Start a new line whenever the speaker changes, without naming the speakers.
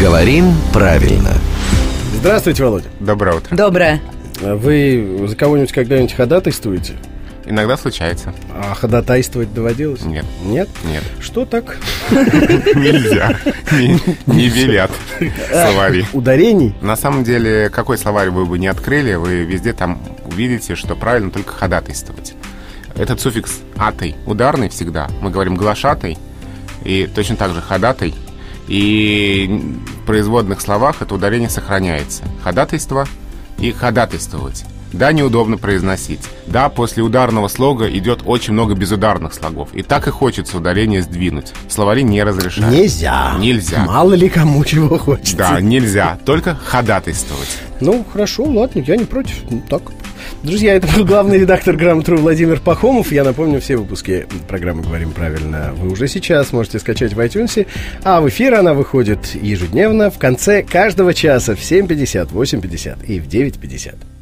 Говорим правильно.
Здравствуйте, Володя.
Доброе утро.
Доброе.
А Вы за кого-нибудь когда-нибудь ходатайствуете?
Иногда случается.
А ходатайствовать доводилось?
Нет.
Нет?
Нет.
Что так?
Нельзя. Не, не велят словари.
Ударений?
На самом деле, какой словарь вы бы не открыли, вы везде там увидите, что правильно только ходатайствовать. Этот суффикс «атый» ударный всегда. Мы говорим «глашатый» и точно так же «ходатай». И в производных словах это ударение сохраняется. Ходатайство и ходатайствовать. Да, неудобно произносить. Да, после ударного слога идет очень много безударных слогов. И так и хочется ударение сдвинуть. Словари не разрешают.
Нельзя.
Нельзя.
Мало ли кому чего хочется.
Да, нельзя. Только ходатайствовать.
Ну, хорошо, ладно, я не против. Ну, так. Друзья, это был главный редактор «Грамотру» Владимир Пахомов. Я напомню, все выпуски программы «Говорим правильно» вы уже сейчас можете скачать в iTunes. А в эфир она выходит ежедневно в конце каждого часа в 7.50, 8.50 и в 9.50.